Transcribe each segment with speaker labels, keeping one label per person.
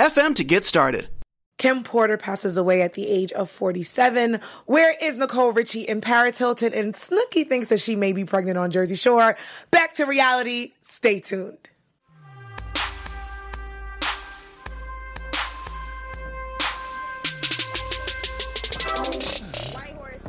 Speaker 1: to get started.
Speaker 2: Kim Porter passes away at the age of 47. Where is Nicole Richie and Paris Hilton? And Snooki thinks that she may be pregnant on Jersey Shore. Back to reality. Stay tuned.
Speaker 3: White horse.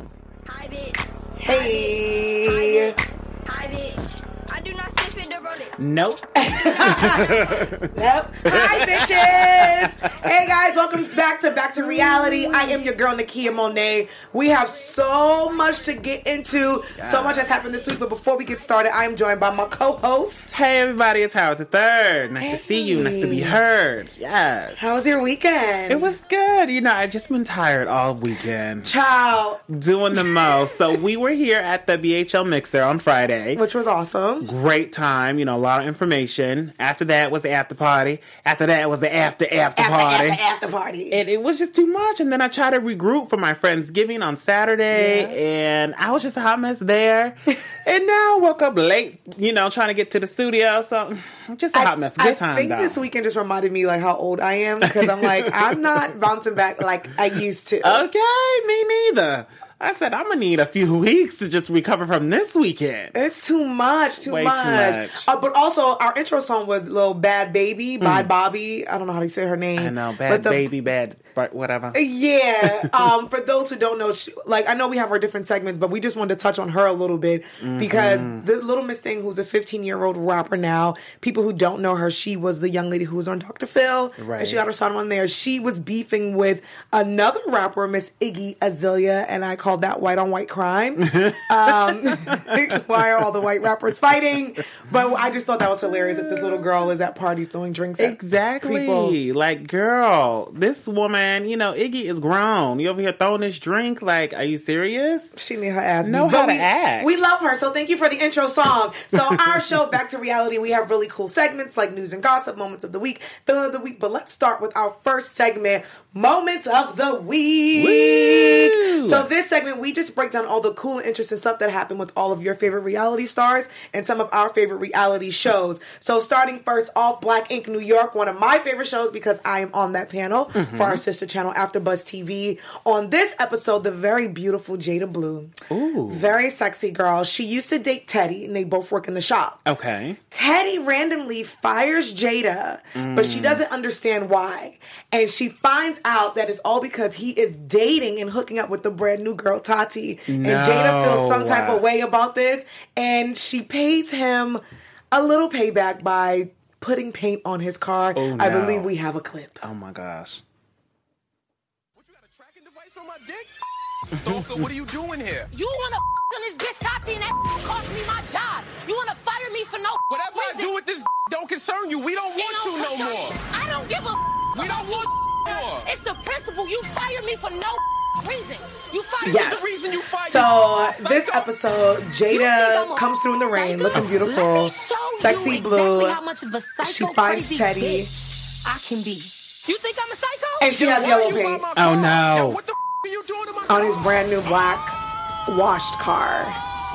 Speaker 3: Hi, bitch.
Speaker 2: Hey.
Speaker 3: Hi, bitch. Hi, bitch. I do not see fit to run it.
Speaker 1: Nope.
Speaker 2: Yep. Hi, bitches. Hey, guys. Welcome back to Back to Reality. I am your girl, Nakia Monet. We have so much to get into. So much has happened this week. But before we get started, I am joined by my co host.
Speaker 4: Hey everybody, it's Howard the Third. Nice to see you. Nice to be heard. Yes.
Speaker 2: How was your weekend?
Speaker 4: it was good. You know, I just been tired all weekend.
Speaker 2: Child,
Speaker 4: Doing the most. So we were here at the BHL Mixer on Friday.
Speaker 2: which was awesome.
Speaker 4: Great time, you know, a lot of information. After that was the after party. After that was the after
Speaker 2: After,
Speaker 4: after party.
Speaker 2: after, after party.
Speaker 4: And it was just too much. And then I tried to regroup for my friend's giving on Saturday, and I was just a hot mess there. and now I woke up late, you know, trying to get to the studio. So just a hot mess. Good
Speaker 2: I
Speaker 4: time
Speaker 2: think
Speaker 4: though.
Speaker 2: this weekend just reminded me like how old I am because I'm like I'm not bouncing back like I used to.
Speaker 4: Oh. Okay, me neither. I said I'm gonna need a few weeks to just recover from this weekend.
Speaker 2: It's too much, too
Speaker 4: Way too
Speaker 2: much.
Speaker 4: much.
Speaker 2: Uh, but also, our intro song was "Little Bad Baby" by Bobby. I don't know how to say her name.
Speaker 4: Mm. I know,
Speaker 2: But
Speaker 4: bad
Speaker 2: the- Eh,
Speaker 4: baby, bad, but whatever.
Speaker 2: Yeah. Um, for those who don't know, she, like I know we have our different segments, but we just wanted to touch on her a little bit
Speaker 4: Mm-hmm.
Speaker 2: because the Little Miss Thing, who's a 15 year old rapper now, people who don't know her, she was the young lady who was on Dr. Phil, and
Speaker 4: Right.
Speaker 2: she got her son on there. She was beefing with another rapper, Miss Iggy Azalea, and I called that white on white crime. um, why are all the white rappers fighting? But I just thought that was hilarious that this little girl is at parties throwing drinks. at
Speaker 4: Exactly.
Speaker 2: people.
Speaker 4: Like, girl, this woman, you know, Iggy is grown. You over here throwing this drink. Like, are you serious?
Speaker 2: She need her ass.
Speaker 4: Know
Speaker 2: beat.
Speaker 4: how
Speaker 2: But
Speaker 4: to
Speaker 2: we,
Speaker 4: act.
Speaker 2: We love her, so thank you for the intro song. So our show, Back to Reality, we have really cool segments like news and gossip, moments of the week, the of the week. But let's start with our first segment, moments of the week.
Speaker 4: Woo!
Speaker 2: So this segment, we just break down all the cool, and interesting stuff that happened with all of your favorite reality stars and some of our favorite reality shows. So starting first off, Black Ink New York, one of my favorite shows because I am on that panel for our sister channel AfterBuzz TV. On this episode, the very beautiful Jada Blue, very sexy girl. She used to date Teddy, and they both work in the shop.
Speaker 4: Okay.
Speaker 2: Teddy randomly fires Jada, but
Speaker 4: Mm.
Speaker 2: she doesn't understand why. And she finds out that it's all because he is dating and hooking up with the brand new girl, Tati.
Speaker 4: No.
Speaker 2: And Jada feels some type of way about this. And she pays him a little payback by putting paint on his car.
Speaker 4: Oh,
Speaker 2: I
Speaker 4: no.
Speaker 2: believe we have a clip.
Speaker 4: Oh my gosh.
Speaker 5: What you got a tracking device on my dick? Stalker, what are you doing here?
Speaker 6: You wanna on this bitch Tati and that cost me my job. You wanna fire me for no
Speaker 5: Whatever I
Speaker 6: reason.
Speaker 5: do with this don't concern you. We don't
Speaker 6: It
Speaker 5: want
Speaker 6: don't
Speaker 5: you no
Speaker 6: concern
Speaker 5: more.
Speaker 6: me. I don't give a
Speaker 5: We
Speaker 6: about
Speaker 5: don't want
Speaker 6: you
Speaker 5: more.
Speaker 6: It's the principle. You fired me for no reason. You fired
Speaker 2: Yes.
Speaker 6: me.
Speaker 5: The reason you fight.
Speaker 2: So this
Speaker 5: Psycho.
Speaker 2: episode,
Speaker 6: You think I'm
Speaker 2: Jada
Speaker 6: a
Speaker 2: comes through in the rain,
Speaker 6: psycho?
Speaker 2: looking
Speaker 6: Let
Speaker 2: beautiful,
Speaker 6: me show you
Speaker 2: sexy blue.
Speaker 6: Exactly how much of a psycho
Speaker 2: She finds
Speaker 6: crazy
Speaker 2: Teddy.
Speaker 6: bitch I can be. You think I'm a psycho?
Speaker 2: And she has
Speaker 5: Why
Speaker 2: yellow
Speaker 5: are you by
Speaker 2: paint
Speaker 5: my
Speaker 4: Oh,
Speaker 5: car?
Speaker 4: no.
Speaker 5: Yo, what the f- are you doing to my
Speaker 2: on
Speaker 5: car?
Speaker 2: his brand new black washed car.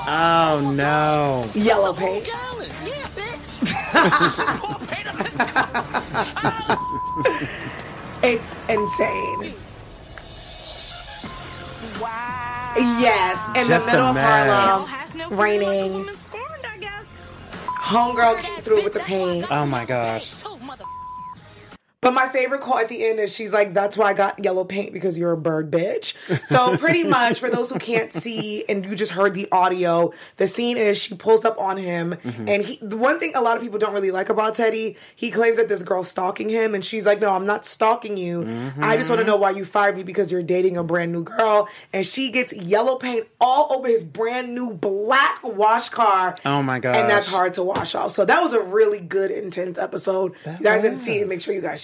Speaker 4: Oh no.
Speaker 2: Yellow paint.
Speaker 5: Gallon.
Speaker 6: yeah, bitch.
Speaker 2: It's insane.
Speaker 6: wow.
Speaker 2: Yes, in
Speaker 4: Just
Speaker 2: the middle
Speaker 4: a
Speaker 2: of
Speaker 4: mess.
Speaker 2: Um, Harlem, raining. Homegirl came through with the pain.
Speaker 4: Oh my gosh.
Speaker 2: But my favorite quote at the end is she's like, That's why I got yellow paint because you're a bird bitch. So, pretty much, for those who can't see and you just heard the audio, the scene is she pulls up on him.
Speaker 4: Mm-hmm.
Speaker 2: And he, the one thing a lot of people don't really like about Teddy, he claims that this girl's stalking him. And she's like, No, I'm not stalking you. I just
Speaker 4: Mm-hmm.
Speaker 2: want to know why you fired me because you're dating a brand new girl. And she gets yellow paint all over his brand new black wash car.
Speaker 4: Oh my gosh.
Speaker 2: And that's hard to wash off. So, that Uh, was a really good, intense episode.
Speaker 4: That
Speaker 2: you guys didn't see it.
Speaker 4: was.
Speaker 2: Make sure you guys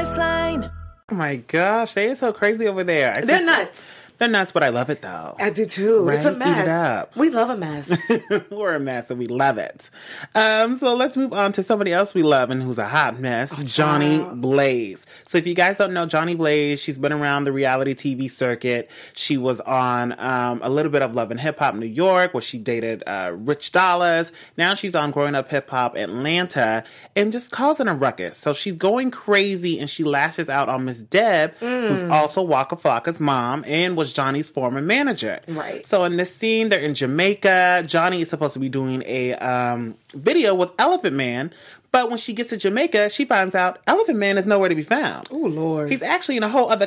Speaker 7: Priceline.
Speaker 4: Oh my gosh, they are so crazy over there. I
Speaker 2: They're
Speaker 4: just-
Speaker 2: nuts.
Speaker 4: They're nuts, but I love it though.
Speaker 2: I do too. It's a
Speaker 4: Right? Eat it
Speaker 2: mess.
Speaker 4: up.
Speaker 2: We love a mess.
Speaker 4: We're a mess and we love it. Um, so let's move on to somebody else we love and who's a hot mess, Johnny Blaze. So if you guys don't know Johnny Blaze, she's been around the reality TV circuit. She was on um, a little bit of Love and Hip Hop New York, where she dated uh, Rich Dollars. Now she's on Growing Up Hip Hop Atlanta and just causing a ruckus. So she's going crazy and she lashes out on Miss Deb, who's also Waka Flocka's mom and was Johnny's former manager.
Speaker 2: Right.
Speaker 4: So in this scene, they're in Jamaica. Johnny is supposed to be doing a um, video with Elephant Man, but when she gets to Jamaica, she finds out Elephant Man is nowhere to be found. Oh
Speaker 2: Lord.
Speaker 4: he's actually in a whole other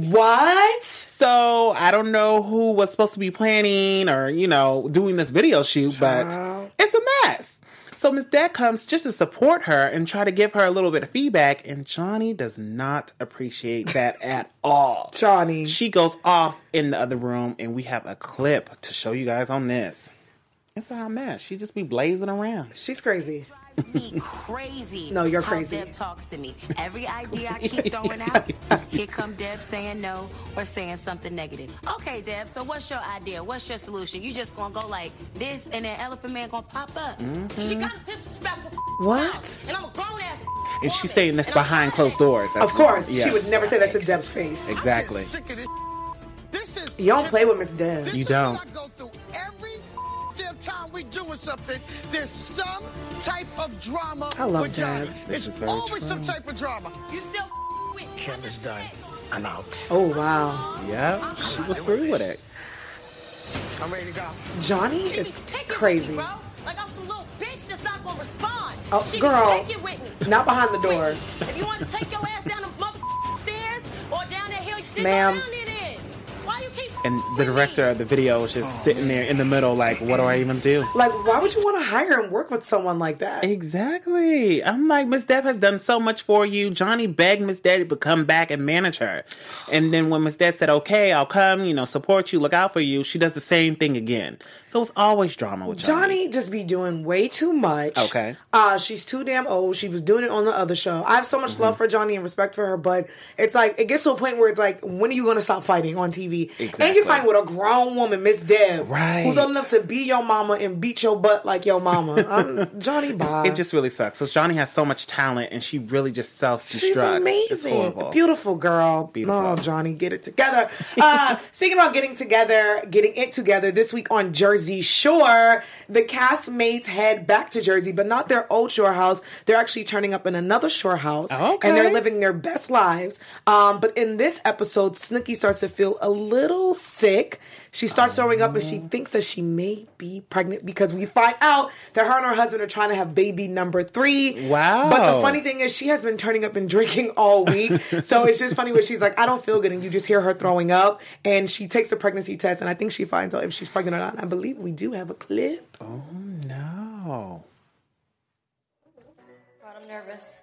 Speaker 2: what?
Speaker 4: So I don't know who was supposed to be planning or you know doing this video shoot, but it's a mess. So Miss Dad comes just to support her and try to give her a little bit of feedback, and Johnny does not appreciate that at all.
Speaker 2: Johnny.
Speaker 4: She goes off in the other room, and we have a clip to show you guys on this. It's a hot mess. She just be blazing around.
Speaker 2: She's crazy.
Speaker 6: drives me crazy.
Speaker 2: No, you're
Speaker 6: how
Speaker 2: crazy.
Speaker 6: Deb talks to me. Every idea I keep throwing out, here come Deb saying no or saying something negative. Okay, Deb. So what's your idea? What's your solution? You just gonna go like this, and then Elephant Man gonna pop up.
Speaker 2: Mm-hmm.
Speaker 6: She got a disrespectful.
Speaker 2: What?
Speaker 6: And I'm a grown ass.
Speaker 4: And she's saying this behind closed doors. That's-
Speaker 2: Of course,
Speaker 4: yes.
Speaker 2: she would never say that to Deb's face.
Speaker 4: Exactly.
Speaker 5: Sick of this. This is.
Speaker 2: You don't play with Miss Deb.
Speaker 5: This
Speaker 4: You
Speaker 5: is
Speaker 4: don't.
Speaker 5: what I go through every damn time we doing something. There's some type of drama.
Speaker 2: I love
Speaker 5: with Johnny.
Speaker 2: Deb.
Speaker 5: It's
Speaker 4: This is very
Speaker 5: always some
Speaker 4: true.
Speaker 5: type of drama.
Speaker 6: You still with Kevin's done.
Speaker 5: I'm out.
Speaker 2: Oh wow,
Speaker 4: Yeah, she was through with it.
Speaker 5: I'm ready to go.
Speaker 2: Johnny
Speaker 6: She be
Speaker 2: is
Speaker 6: picking With me,
Speaker 2: crazy.
Speaker 6: bro. Like I'm some little bitch that's not gonna respond.
Speaker 2: Oh,
Speaker 6: she
Speaker 2: girl.
Speaker 6: Be picking with me.
Speaker 2: Not behind the door.
Speaker 6: Whitney, If you want to take your ass down the motherfucking stairs or down that hill, you
Speaker 2: Ma'am.
Speaker 6: go down it is. Why you keep
Speaker 4: And
Speaker 6: with
Speaker 4: the
Speaker 6: me?
Speaker 4: director of the video was just sitting there in the middle, like, what do I even do?
Speaker 2: Like, why would you want to hire and work with someone like that?
Speaker 4: Exactly. I'm like, Miss Deb has done so much for you. Johnny begged Miss Deb to come back and manage her. And then when Miss Deb said, okay, I'll come, you know, support you, look out for you, she does the same thing again. So it's always drama with Johnny.
Speaker 2: Johnny just be doing way too much.
Speaker 4: Okay.
Speaker 2: Uh, she's too damn old. She was doing it on the other show. I have so much
Speaker 4: Mm-hmm.
Speaker 2: love for Johnny and respect for her, but it's like it gets to a point where it's like, when are you gonna stop fighting on TV? And
Speaker 4: Exactly.
Speaker 2: you're fighting with a grown woman, Miss Deb,
Speaker 4: Right.
Speaker 2: Who's old enough to be your mama and beat your butt like your mama. Um, Johnny, bye.
Speaker 4: It just really sucks. So Johnny has so much talent, and she really just self destructs.
Speaker 2: She's
Speaker 4: It's
Speaker 2: amazing.
Speaker 4: horrible.
Speaker 2: Beautiful girl.
Speaker 4: Beautiful.
Speaker 2: Oh, Johnny, get it together. Uh, speaking about getting together, getting it together, this week on Jersey Shore, the castmates head back to Jersey, but not their old shore house. They're actually turning up in another shore house.
Speaker 4: Oh, Okay.
Speaker 2: And they're living their best lives. Um, but in this episode, Snooki starts to feel a little sick. She starts throwing up and she
Speaker 4: Oh.
Speaker 2: thinks that she may be pregnant because we find out that her and her husband are trying to have baby number three.
Speaker 4: Wow.
Speaker 2: But the funny thing is, she has been turning up and drinking all week. so it's just funny when she's like, I don't feel good. And you just hear her throwing up. And she takes a pregnancy test. And I think she finds out if she's pregnant or not. And I believe we do have a clip.
Speaker 4: No.
Speaker 8: God, I'm nervous.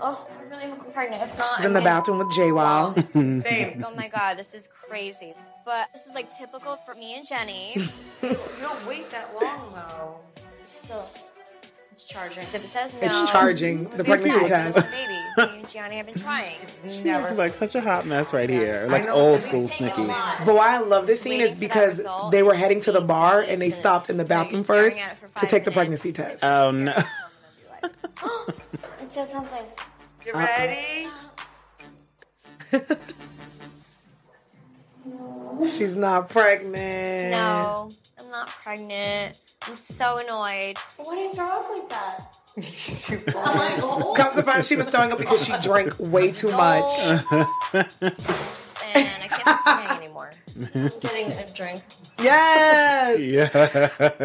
Speaker 8: Oh, I really hope I'm pregnant. If not,
Speaker 2: She's in the bathroom with Jay Wow.
Speaker 8: Same. Oh my god, this is crazy. But this is like typical for me and Jenny. you don't wait that long though. So it's charging. If it says no,
Speaker 2: It's charging the
Speaker 8: it's gonna
Speaker 2: pregnancy
Speaker 8: be
Speaker 2: test.
Speaker 8: fine. Baby, me and Jenny have been trying.
Speaker 4: She's like such a hot mess right here. Like
Speaker 2: know.
Speaker 4: old school
Speaker 8: Taking a
Speaker 4: Snooki.
Speaker 8: lot.
Speaker 2: But why I love this scene
Speaker 8: Waiting
Speaker 2: is
Speaker 8: for that
Speaker 2: because
Speaker 8: result.
Speaker 2: they were heading to the
Speaker 8: Eight
Speaker 2: bar
Speaker 8: minutes
Speaker 2: and they
Speaker 8: and
Speaker 2: stopped in the
Speaker 8: now you're
Speaker 2: bathroom
Speaker 8: staring
Speaker 2: first
Speaker 8: at it for
Speaker 2: to
Speaker 8: five
Speaker 2: take the
Speaker 8: minutes.
Speaker 2: pregnancy test.
Speaker 4: Oh no.
Speaker 8: It said something.
Speaker 2: You ready? She's not pregnant.
Speaker 8: No, I'm not pregnant. I'm so annoyed. Why do you throw up like that?
Speaker 2: Comes to find she was throwing up because she drank way too much.
Speaker 8: and I can't hang anymore. I'm getting a drink.
Speaker 2: Yes.
Speaker 4: Yeah.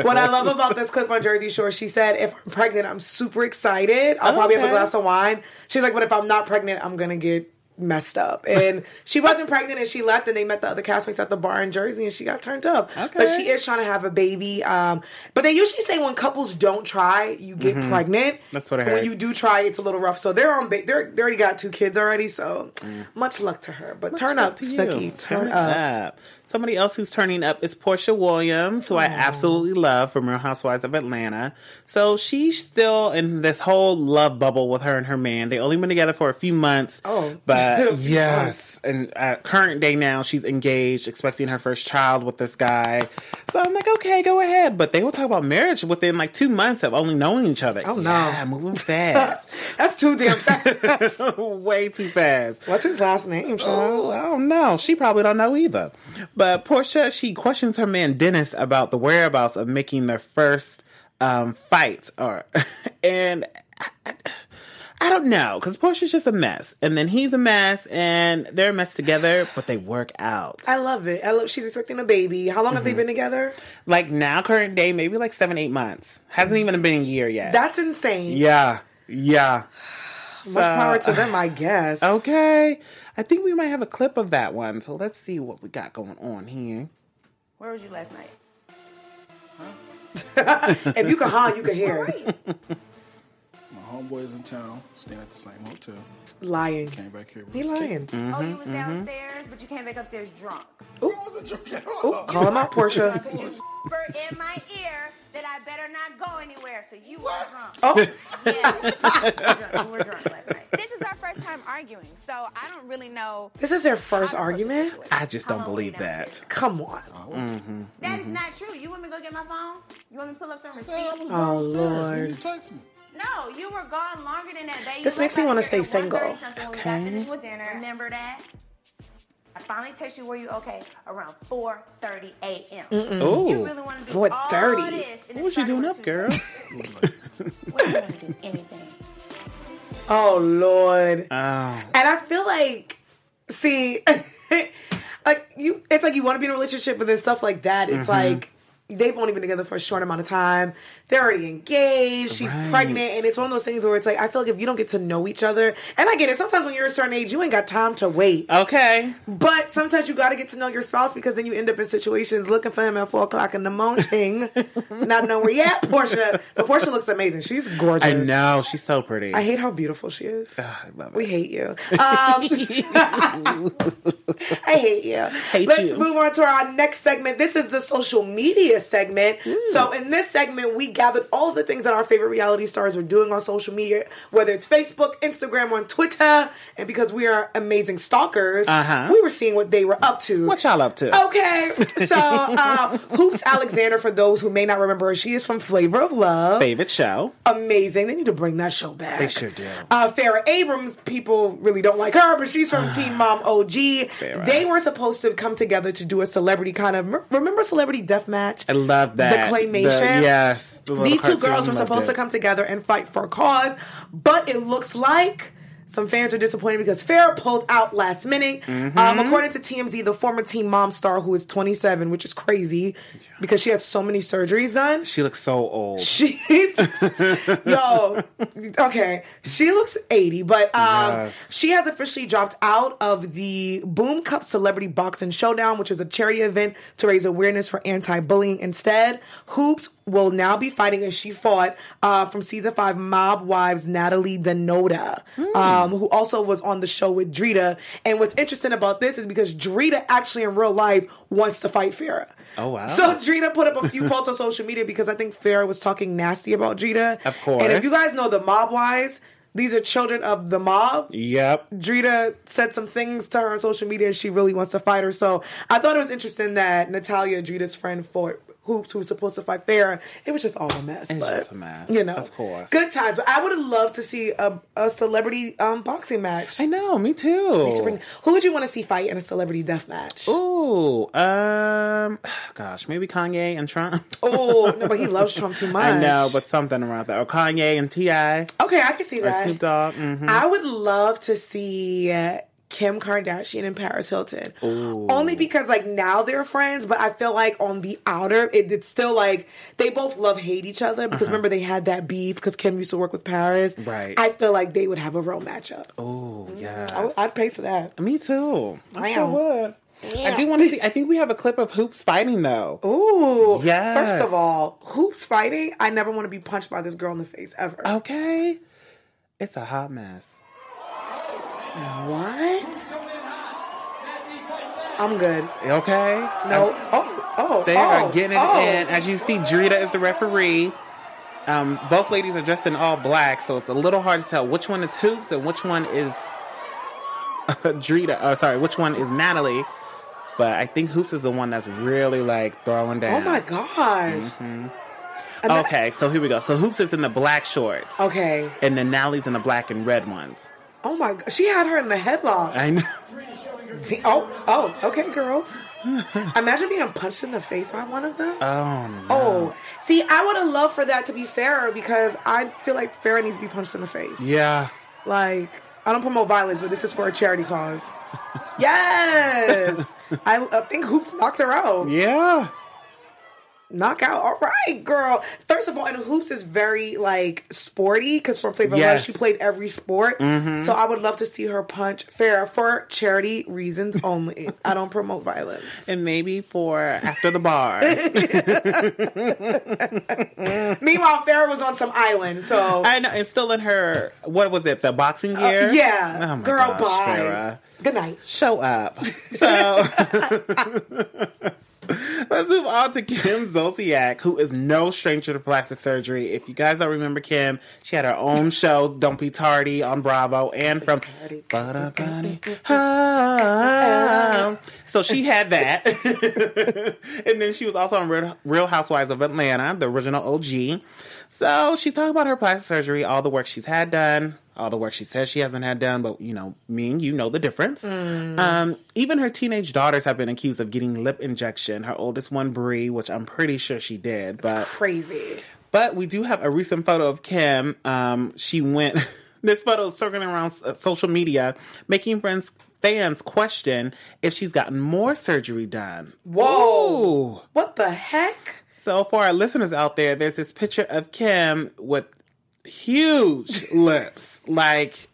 Speaker 2: What I love about this clip on Jersey Shore, she said, if I'm pregnant, I'm super excited. I'll probably have a
Speaker 4: Okay.
Speaker 2: glass of wine. She's like, but if I'm not pregnant, I'm going to get messed up. And she wasn't pregnant and she left and they met the other castmates at the bar in Jersey and she got turned up. But she is trying to have a baby. Um, but they usually say when couples don't try, you get pregnant.
Speaker 4: Mm-hmm. That's what I
Speaker 2: When
Speaker 4: heard.
Speaker 2: you do try, it's a little rough. So they're on. Ba- they're they already got two kids already. So
Speaker 4: Mm.
Speaker 2: much luck to her. But turn
Speaker 4: Up
Speaker 2: up,
Speaker 4: to you.
Speaker 2: Snooki. Turn, up.
Speaker 4: Somebody else who's turning up is Portia Williams, who I absolutely love from Real Housewives of Atlanta. So she's still in this whole love bubble with her and her man. They only been together for a few months.
Speaker 2: Oh.
Speaker 4: but yes. And uh, current day now, she's engaged, expecting her first child with this guy. So I'm like, okay, go ahead. But they will talk about marriage within like two months of only knowing each other. Oh
Speaker 2: no.
Speaker 4: yeah, moving fast,
Speaker 2: That's too damn fast.
Speaker 4: way too fast.
Speaker 2: What's his last name, child?
Speaker 4: Oh, I don't know. She probably don't know either. But Portia, she questions her man Dennis about the whereabouts of making their first um, fight, or and I, I- I don't know because Portia's just a mess, and then he's a mess, and they're a mess together, but they work out.
Speaker 2: I love it. I love. She's expecting a baby. How long have they been together?
Speaker 4: Like now, current day, maybe like seven, eight months. Hasn't even been a year yet.
Speaker 2: That's insane.
Speaker 4: yeah, yeah.
Speaker 2: Much power to them, I guess.
Speaker 4: Okay, I think we might have a clip of that one. So let's see what we got going on here.
Speaker 6: Where was you last night?
Speaker 2: If you can holler, you can hear.
Speaker 5: My homeboy's in town, staying at the same hotel.
Speaker 2: lying.
Speaker 5: Came back here.
Speaker 2: He lying.
Speaker 6: Oh, you was
Speaker 2: mm-hmm.
Speaker 6: downstairs, but you came back upstairs drunk.
Speaker 2: Ooh, call him out, Portia.
Speaker 6: Because you whispered in my ear that I better not go anywhere, so you were drunk.
Speaker 2: Oh,
Speaker 6: Yeah, we were drunk last night. This is our first time arguing, so I don't really know.
Speaker 2: this is their first argument.
Speaker 4: I just don't believe
Speaker 6: Halloween
Speaker 4: that.
Speaker 6: outfit.
Speaker 2: Come on.
Speaker 6: That
Speaker 4: Mm-hmm.
Speaker 6: is not true. You want me to go get my phone? You want me to pull up some
Speaker 5: I was
Speaker 6: receipts?
Speaker 2: Oh
Speaker 5: downstairs
Speaker 2: Lord.
Speaker 5: when you text me.
Speaker 6: No, you were gone longer than that, baby.
Speaker 2: This makes me wanna stay single.
Speaker 6: Okay. with dinner. Remember that? I finally text you. Were you okay? Around 4:30 a.m. You
Speaker 4: Ooh.
Speaker 6: really want to do
Speaker 2: 4:30.
Speaker 6: all this? and
Speaker 4: What
Speaker 6: it
Speaker 4: you
Speaker 6: started
Speaker 4: doing
Speaker 6: with
Speaker 4: up,
Speaker 6: two
Speaker 4: girl?
Speaker 6: things. We don't want to do anything.
Speaker 2: Oh Lord.
Speaker 4: Oh,
Speaker 2: And I feel like, see, like you, it's like you want to be in a relationship, but then stuff like that, it's
Speaker 4: Mm-hmm.
Speaker 2: like they've only been together for a short amount of time. They're already engaged. She's
Speaker 4: Right.
Speaker 2: pregnant, and it's one of those things where it's like I feel like if you don't get to know each other, and I get it. Sometimes when you're a certain age, you ain't got time to wait.
Speaker 4: okay.
Speaker 2: But sometimes you got to get to know your spouse because then you end up in situations looking for him at four o'clock in the morning, not knowing where yet. Portia, but Portia looks amazing. She's gorgeous.
Speaker 4: I know she's so pretty. Ah,
Speaker 2: I hate how beautiful she is.
Speaker 4: I love
Speaker 2: We
Speaker 4: it.
Speaker 2: hate you. Um, I hate you. Let's
Speaker 4: you.
Speaker 2: move on to our next segment. This is the social media segment.
Speaker 4: Mm.
Speaker 2: So, in this segment, we gathered all the things that our favorite reality stars are doing on social media, whether it's Facebook, Instagram, on Twitter. And because we are amazing stalkers,
Speaker 4: Uh-huh.
Speaker 2: we were seeing what they were up to.
Speaker 4: What y'all up
Speaker 2: Oh.
Speaker 4: to?
Speaker 2: Okay, so um, Hoops Alexander, for those who may not remember her, she is from Flavor of Love.
Speaker 4: Favorite show?
Speaker 2: Amazing. They need to bring that show back.
Speaker 4: They sure do.
Speaker 2: Uh, Farrah Abrams, people really don't like her, but she's from Team Mom OG.
Speaker 4: Ah. Farrah.
Speaker 2: They were supposed to come together to do a celebrity kind of remember celebrity death match.
Speaker 4: I love that.
Speaker 2: The claymation.
Speaker 4: The- yes. the little
Speaker 2: These two
Speaker 4: cartoon,
Speaker 2: girls were
Speaker 4: loved
Speaker 2: supposed
Speaker 4: it.
Speaker 2: to come together and fight for a cause, but it looks like some fans are disappointed because Farrah pulled out last minute.
Speaker 4: Mm-hmm.
Speaker 2: Um, according to TMZ, the former Team Mom star, who is 27, which is crazy because she has so many surgeries done.
Speaker 4: She looks so old.
Speaker 2: She, yo, okay. She looks 80, but um,
Speaker 4: Yes.
Speaker 2: she has officially dropped out of the Boom Cup Celebrity Boxing Showdown, which is a charity event to raise awareness for anti bullying. Instead, Hoops will now be fighting as she fought uh, from season five Mob Wives Natalie Denota,
Speaker 4: Hmm.
Speaker 2: um, who also was on the show with Drita. And what's interesting about this is because Drita actually in real life wants to fight Farrah.
Speaker 4: Oh, wow.
Speaker 2: So Drita put up a few posts on social media because I think Farrah was talking nasty about Drita.
Speaker 4: Of course.
Speaker 2: And if you guys know the mob wives, these are children of the mob.
Speaker 4: Yep.
Speaker 2: Drita said some things to her on social media and she really wants to fight her. So I thought it was interesting that Natalia, Drita's friend for Hoops, who was supposed to fight Farrah, it was just all a mess. It's
Speaker 4: just a mess,
Speaker 2: You know.
Speaker 4: of course.
Speaker 2: Good times. But I would have loved to see a, a celebrity um, boxing match.
Speaker 4: I know. Me too.
Speaker 2: Who would you want to see fight in a celebrity death match?
Speaker 4: Ooh. Um. Gosh. Maybe Kanye and Trump.
Speaker 2: Oh, no, but he loves Trump too much.
Speaker 4: I know, but something around that. Or Kanye and Ti.
Speaker 2: Okay, I can see
Speaker 4: Or
Speaker 2: that.
Speaker 4: Mm-hmm. Snoop Dogg. hmm
Speaker 2: I would love to see Kim Kardashian and Paris Hilton. Only because like now they're friends, but I feel like on the outer, it, it's still like they both love hate each other because remember they had that beef because Kim used to work with Paris.
Speaker 4: Uh-huh. Right.
Speaker 2: I feel like they would have a real matchup.
Speaker 4: Oh, yeah.
Speaker 2: Mm-hmm. I would- I'd pay for that.
Speaker 4: Me too. I sure
Speaker 2: Wow.
Speaker 4: would. I do want to see. I think we have a clip of hoops fighting though.
Speaker 2: Ooh.
Speaker 4: Yes.
Speaker 2: First of all, hoops fighting. I never want to be punched by this girl in the face ever.
Speaker 4: Oh. Okay, it's a hot mess.
Speaker 2: What? I'm good.
Speaker 4: Okay,
Speaker 2: No.
Speaker 4: Um,
Speaker 2: Oh, oh.
Speaker 4: they
Speaker 2: oh,
Speaker 4: are getting it
Speaker 2: oh.
Speaker 4: in. As you see, Drita is the referee. Um, both ladies are dressed in all black, so it's a little hard to tell which one is hoops and which one is Drita. Oh, sorry, which one is Natalie. But I think hoops is the one that's really like throwing
Speaker 2: Oh
Speaker 4: down.
Speaker 2: my gosh.
Speaker 4: Mm-hmm.
Speaker 2: And then-
Speaker 4: Okay, so here we go. So hoops is in the black shorts.
Speaker 2: Okay.
Speaker 4: and then Natalie's in the black and red ones.
Speaker 2: Oh my god. She had her in the headlock.
Speaker 4: I know.
Speaker 2: See- oh, oh, okay, girls. Imagine being punched in the face by one of them.
Speaker 4: Oh no.
Speaker 2: oh. See, I would have loved for that to be Farrah because I feel like Farrah needs to be punched in the face.
Speaker 4: Yeah.
Speaker 2: Like, I don't promote violence, but this is for a charity cause. yes! I, I think Hoops knocked her out.
Speaker 4: Yeah.
Speaker 2: Knockout. All right, girl. First of all, and Hoops is very, like, sporty because for Flavor of
Speaker 4: Yes. Mm-hmm.
Speaker 2: Love, she played every sport. So I would love to see her punch Farrah for charity reasons only. I don't promote violence.
Speaker 4: And maybe for after the bar.
Speaker 2: Meanwhile, Farrah was on some island, so. uh,
Speaker 4: I know. It's still in her, what was it, the boxing gear?
Speaker 2: yeah.
Speaker 4: Oh my
Speaker 2: girl,
Speaker 4: gosh,
Speaker 2: bye.
Speaker 4: Farrah.
Speaker 2: Good night.
Speaker 4: Show up. So. Let's move on to Kim Zolciak, who is no stranger to plastic surgery. If you guys don't remember Kim, she had her own show, Don't Be Tardy, on Bravo, and from Bada Bunny Home. So she had that, and then she was also on Real- Real Housewives of Atlanta, the original OG. So she's talking about her plastic surgery, all the work she's had done, all the work she says she hasn't had done, but you know, me and you know the difference. Um, even her teenage daughters have been accused of getting lip injection. Her oldest one, Bree, which I'm pretty sure she did, but
Speaker 2: Crazy.
Speaker 4: but we do have a recent photo of Kim. Um, she went. this photo is circling around uh, social media, making friends fans question if she's gotten more surgery done.
Speaker 2: Whoa.
Speaker 4: Ooh.
Speaker 2: What the heck?
Speaker 4: So for our listeners out there, there's this picture of Kim with huge lips, like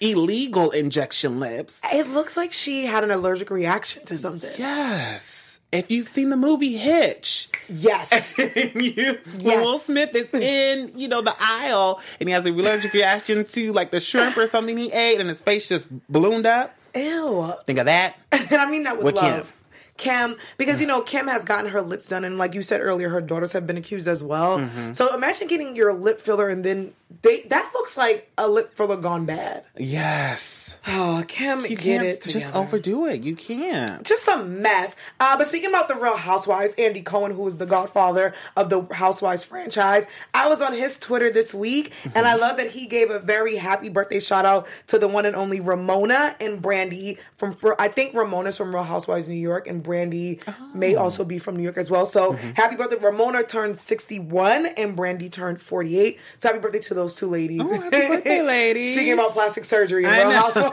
Speaker 4: illegal injection lips.
Speaker 2: It looks like she had an allergic reaction to something.
Speaker 4: Yes. If you've seen the movie Hitch,
Speaker 2: Yes.
Speaker 4: and you, when
Speaker 2: Yes.
Speaker 4: Will Smith is in, you know, the aisle and he has a allergic reaction to like the shrimp or something he ate and his face just ballooned up.
Speaker 2: Ew.
Speaker 4: Think of that.
Speaker 2: And I mean that with,
Speaker 4: With Kim.
Speaker 2: love. Kim, because you know, Kim has gotten her lips done, and like you said earlier, her daughters have been accused as well.
Speaker 4: Mm-hmm.
Speaker 2: So imagine getting your lip filler and then they that looks like a lip filler gone bad.
Speaker 4: Yes.
Speaker 2: Oh, Kim,
Speaker 4: You
Speaker 2: get
Speaker 4: can't
Speaker 2: it
Speaker 4: just
Speaker 2: together.
Speaker 4: overdo it. You can't.
Speaker 2: just a mess. Uh, but speaking about the Real Housewives, Andy Cohen, who is the godfather of the Housewives franchise, I was on his Twitter this week, and I love that he gave a very happy birthday shout out to the one and only Ramona and Brandy from. For, I think Ramona's from Real Housewives New York, and Brandy may
Speaker 4: Oh.
Speaker 2: also be from New York as well. So
Speaker 4: Mm-hmm.
Speaker 2: happy birthday! Ramona turned sixty-one, and Brandy turned forty-eight. So happy birthday to those two ladies.
Speaker 4: Oh, happy birthday, ladies.
Speaker 2: speaking about plastic surgery, and
Speaker 4: I
Speaker 2: Real
Speaker 4: know.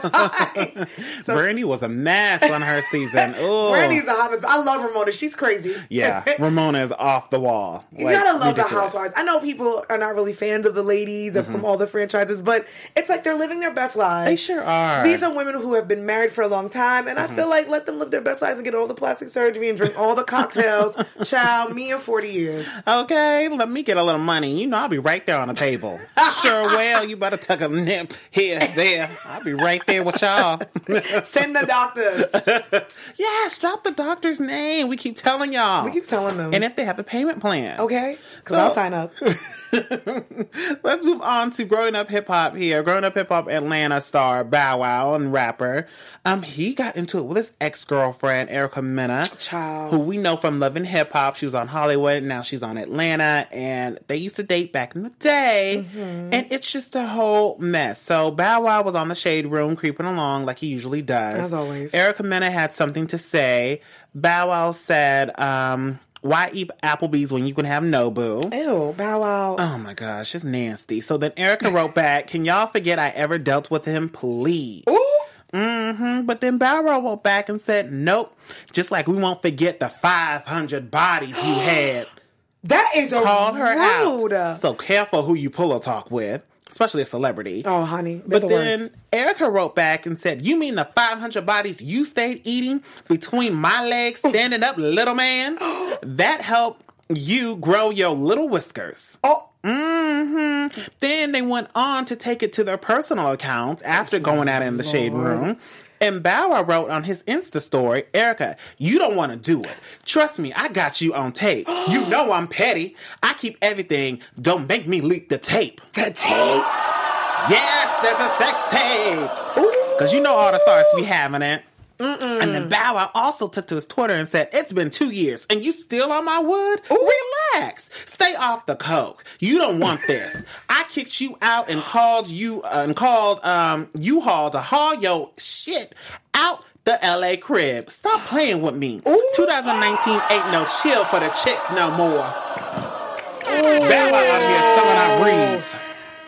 Speaker 2: Housewives. So
Speaker 4: Brandy was a mess on her season. Oh.
Speaker 2: Brandy's a hot. I love Ramona. She's crazy.
Speaker 4: yeah, Ramona is off the wall.
Speaker 2: You
Speaker 4: Like,
Speaker 2: gotta love the
Speaker 4: ridiculous. Mm-hmm.
Speaker 2: housewives. I know people are not really fans of the ladies and from all the franchises, but it's like they're living their best lives.
Speaker 4: They sure are. Mm-hmm.
Speaker 2: These are women who have been married for a long time, and I feel like let them live their best lives and get all the plastic surgery and drink all the cocktails. Child, me in 40 years.
Speaker 4: Okay, let me get a little money. You know, I'll be right there on the table. sure, well, you better tuck a nip here, there. I'll be right there with y'all.
Speaker 2: Send the doctors.
Speaker 4: yes, drop the doctor's name. We keep telling y'all.
Speaker 2: We keep telling them.
Speaker 4: And if they have a payment plan.
Speaker 2: okay? Because
Speaker 4: So-
Speaker 2: I'll sign up.
Speaker 4: Let's move on to Growing Up Hip Hop here. Growing Up Hip Hop Atlanta star Bow Wow and rapper. Um, he got into it with his ex girlfriend Erica Mena,
Speaker 2: Child.
Speaker 4: who we know from Love and Hip Hop. She was on Hollywood, now she's on Atlanta, and they used to date back in the day.
Speaker 2: Mm-hmm.
Speaker 4: And it's just a whole mess. So Bow Wow was on the Shade Room creeping along like he usually does.
Speaker 2: As always.
Speaker 4: Erica Mena had something to say. Bow Wow said, um, "Why eat Applebee's when you can have Nobu?"
Speaker 2: Ew, bow wow.
Speaker 4: Oh my gosh, it's nasty. So then Erica wrote back, Can y'all forget I ever dealt with him, please?
Speaker 2: Ooh,
Speaker 4: Mm-hmm. But then Barrow went back and said, nope. Just like we won't forget the 500 bodies you had.
Speaker 2: That is a
Speaker 4: Called her
Speaker 2: rude.
Speaker 4: out. So careful who you pull a talk with, especially a celebrity.
Speaker 2: Oh, honey. But
Speaker 4: But
Speaker 2: the
Speaker 4: then
Speaker 2: worst.
Speaker 4: Erica wrote back and said, You mean the 500 bodies you stayed eating between my legs
Speaker 2: Oh.
Speaker 4: standing up, little man? That helped you grow your little whiskers.
Speaker 2: Oh,
Speaker 4: hmm Then they went on to take it to their personal accounts after going out in the shade room. And Bauer wrote on his Insta story, Erica, you don't want to do it. Trust me, I got you on tape. You know I'm petty. I keep everything. Don't make me leak the tape.
Speaker 2: the tape.
Speaker 4: Yes, there's a sex tape. Because you know all the stars be having it. And then Bow Wow also took to his Twitter and said, It's been two years and you still on my wood? Relax. Stay off the coke. You don't want this. I kicked you out and called you uh, and called um you haul to haul your shit out the LA crib. Stop playing with me. 2019 ain't no chill for the chicks no more. Bow Wow out here selling our breeds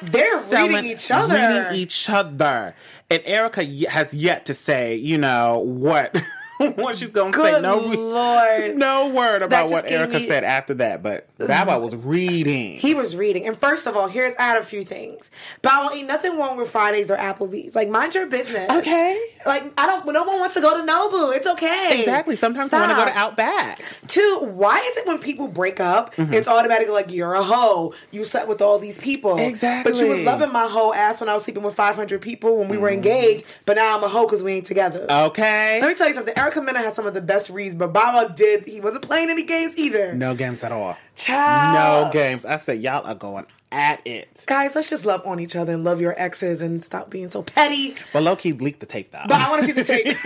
Speaker 2: They're
Speaker 4: selling-
Speaker 2: reading each other.
Speaker 4: reading each other. And Erica y- has yet to say, you know, what what she's going to say.
Speaker 2: Good
Speaker 4: No, re-
Speaker 2: lord.
Speaker 4: no word about
Speaker 2: just
Speaker 4: what
Speaker 2: gave
Speaker 4: Erica
Speaker 2: me-
Speaker 4: said after that. But Baba was reading.
Speaker 2: He was reading. And first of all, here's I had a few things. But I won't eat nothing wrong with Fridays or Applebee's. Like mind your business.
Speaker 4: okay.
Speaker 2: Like I don't no one wants to go to Nobu. It's okay.
Speaker 4: Exactly. Sometimes I want to go to
Speaker 2: Stop.
Speaker 4: Outback.
Speaker 2: Two, why is it when people break up,
Speaker 4: Mm-hmm.
Speaker 2: it's automatically like you're a hoe. You slept with all these people. But you was
Speaker 4: Exactly. Mm-hmm.
Speaker 2: loving my hoe ass when I was sleeping with 500 people when we were engaged, but now I'm a hoe because we ain't together.
Speaker 4: Oh. Okay.
Speaker 2: Let me tell you something. Erica Mena has some of the best reads, but Baba did. He wasn't playing any games either.
Speaker 4: no games at all.
Speaker 2: Child.
Speaker 4: No games. I said y'all are going at it.
Speaker 2: Guys, let's just love on each other and love your exes and stop being so petty.
Speaker 4: But low key leaked the tape though.
Speaker 2: But I want to see the tape.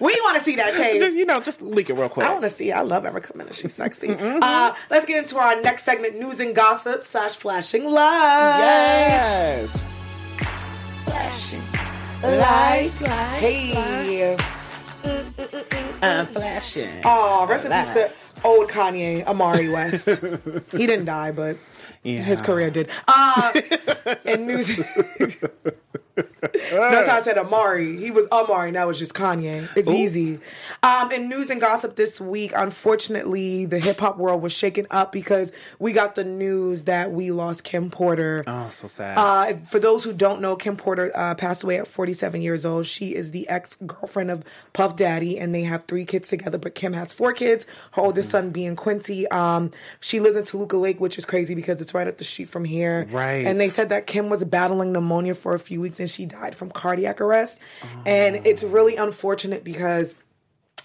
Speaker 2: we want to see that tape.
Speaker 4: just you know, just leak it real quick.
Speaker 2: I want to see. I love Erica Mena. She's sexy.
Speaker 4: Mm-hmm.
Speaker 2: Uh, let's get into our next segment: news and gossip slash flashing lights.
Speaker 4: Yes.
Speaker 2: Lights. Hey.
Speaker 4: I'm flashing.
Speaker 2: Oh, rest in peace to
Speaker 4: Lights.
Speaker 2: old Kanye Amari West. he didn't die, but
Speaker 4: Yeah.
Speaker 2: his career did. Uh, and news. That's how I said Amari. He was Amari. Now it's just Kanye. It's easy. Um, in news and gossip this week, unfortunately, the hip hop world was shaken up because we got the news that we lost Kim Porter.
Speaker 4: Oh, so sad.
Speaker 2: Uh, for those who don't know, Kim Porter uh, passed away at 47 years old. She is the ex girlfriend of Puff Daddy, and they have three kids together. But Kim has four kids, her oldest son being Quincy. Um, she lives in Toluca Lake, which is crazy because it's right up the street from here.
Speaker 4: Right.
Speaker 2: And they said that Kim was battling pneumonia for a few weeks and she died from cardiac arrest. And it's really unfortunate because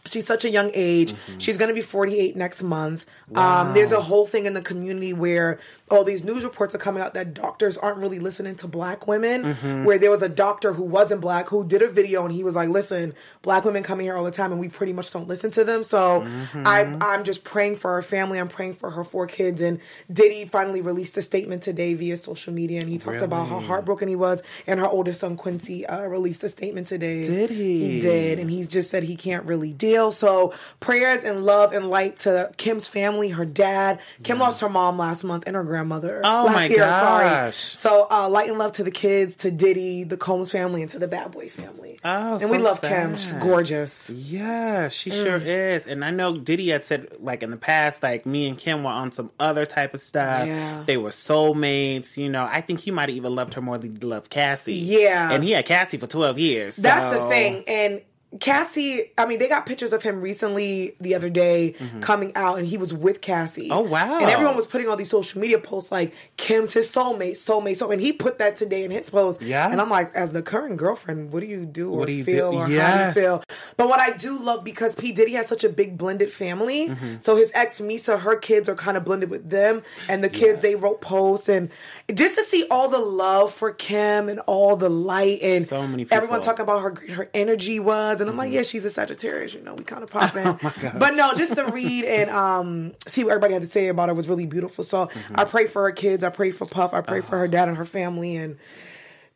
Speaker 2: she's such a young age.
Speaker 4: Mm-hmm.
Speaker 2: She's going to be 48 next month. Um, there's a whole thing in the community where all these news reports are coming out that doctors aren't really listening to black women.
Speaker 4: Mm-hmm.
Speaker 2: Where there was a doctor who wasn't black who did a video and he was like, "Listen, black women come in here all the time and we pretty much don't listen to them." So
Speaker 4: Mm-hmm.
Speaker 2: I, I'm just praying for her family. I'm praying for her four kids. And Diddy finally released a statement today via social media, and he talked about how heartbroken he was. And her older son Quincy uh, released a statement today.
Speaker 4: Did he?
Speaker 2: He did and he's just said he can't really deal. So prayers and love and light to Kim's family, her dad. Kim lost her mom last month and her grandmother.
Speaker 4: Oh
Speaker 2: last
Speaker 4: my
Speaker 2: year, sorry.
Speaker 4: gosh.
Speaker 2: So uh, light and love to the kids, to Diddy, the Combs family, and to the Bad Boy family.
Speaker 4: Oh,
Speaker 2: and we
Speaker 4: so
Speaker 2: love Kim.
Speaker 4: sad.
Speaker 2: She's gorgeous.
Speaker 4: Yeah, she sure
Speaker 2: Mm.
Speaker 4: is. And I know Diddy had said like in the past, like me and Kim were on some other type of stuff.
Speaker 2: Yeah.
Speaker 4: They were soulmates, you know. I think he might have even loved her more than he loved Cassie.
Speaker 2: Yeah.
Speaker 4: And he had Cassie for twelve years.
Speaker 2: That's
Speaker 4: so-
Speaker 2: the thing. And Cassie, I mean, they got pictures of him recently the other day coming out, and he was with Cassie.
Speaker 4: Mm-hmm. Oh, wow.
Speaker 2: And everyone was putting all these social media posts like Kim's his soulmate, soulmate, soulmate. And he put that today in his post.
Speaker 4: Yeah.
Speaker 2: And I'm like, as the current girlfriend, what do you do or
Speaker 4: What do you
Speaker 2: feel
Speaker 4: do?
Speaker 2: or
Speaker 4: Yes.
Speaker 2: how you feel? But what I do love because P Diddy has such a big blended family,
Speaker 4: Mm-hmm.
Speaker 2: so his ex Misa, her kids are kind of blended with them, and the kids they wrote posts and just to see all the love for Kim and all the light and
Speaker 4: So many
Speaker 2: everyone
Speaker 4: people.
Speaker 2: talking
Speaker 4: Mm-hmm.
Speaker 2: about how great her energy was, and I'm like, yeah, she's a Sagittarius, you know, we kind of pop
Speaker 4: Oh
Speaker 2: in. but no, just to read and um, see what everybody had to say about her was really beautiful. So
Speaker 4: Mm-hmm.
Speaker 2: I pray for her kids, I pray for Puff, I pray for
Speaker 4: Uh-huh.
Speaker 2: her dad and her
Speaker 4: Ah.
Speaker 2: family, and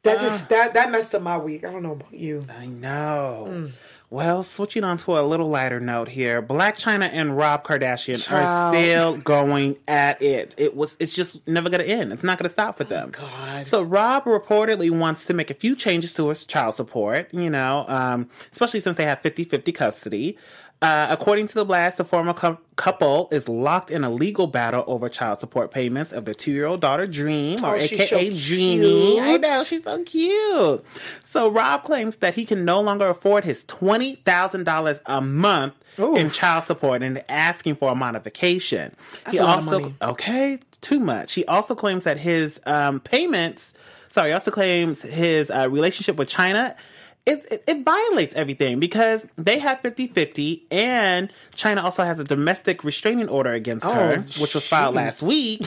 Speaker 2: that just that that messed up my week. I don't know about you.
Speaker 4: I know. Well, switching on to a little lighter note here, Black China and Rob Kardashian
Speaker 2: Child.
Speaker 4: are still going at it. It was it's just never gonna end. It's not gonna stop for them.
Speaker 2: Oh, God.
Speaker 4: So Rob reportedly wants to make a few changes to his child support, you know, um, especially since they have 50-50 custody. Uh, according to the blast, the former cou- couple is locked in a legal battle over child support payments of their two-year-old daughter Dream, or
Speaker 2: Oh, she's so
Speaker 4: AKA Dreamy. I
Speaker 2: cute.
Speaker 4: know she's so cute. So Rob claims that he can no longer afford his twenty thousand dollars a month in child support and asking for a modification. he
Speaker 2: a lot of
Speaker 4: also
Speaker 2: money.
Speaker 4: okay, too much. He also claims that his um, payments. Sorry, he also claims his uh, relationship with China. It, it, it violates everything because they have 50 50, and China also has a domestic restraining order against her, which was filed
Speaker 2: Oh, jeez.
Speaker 4: last week.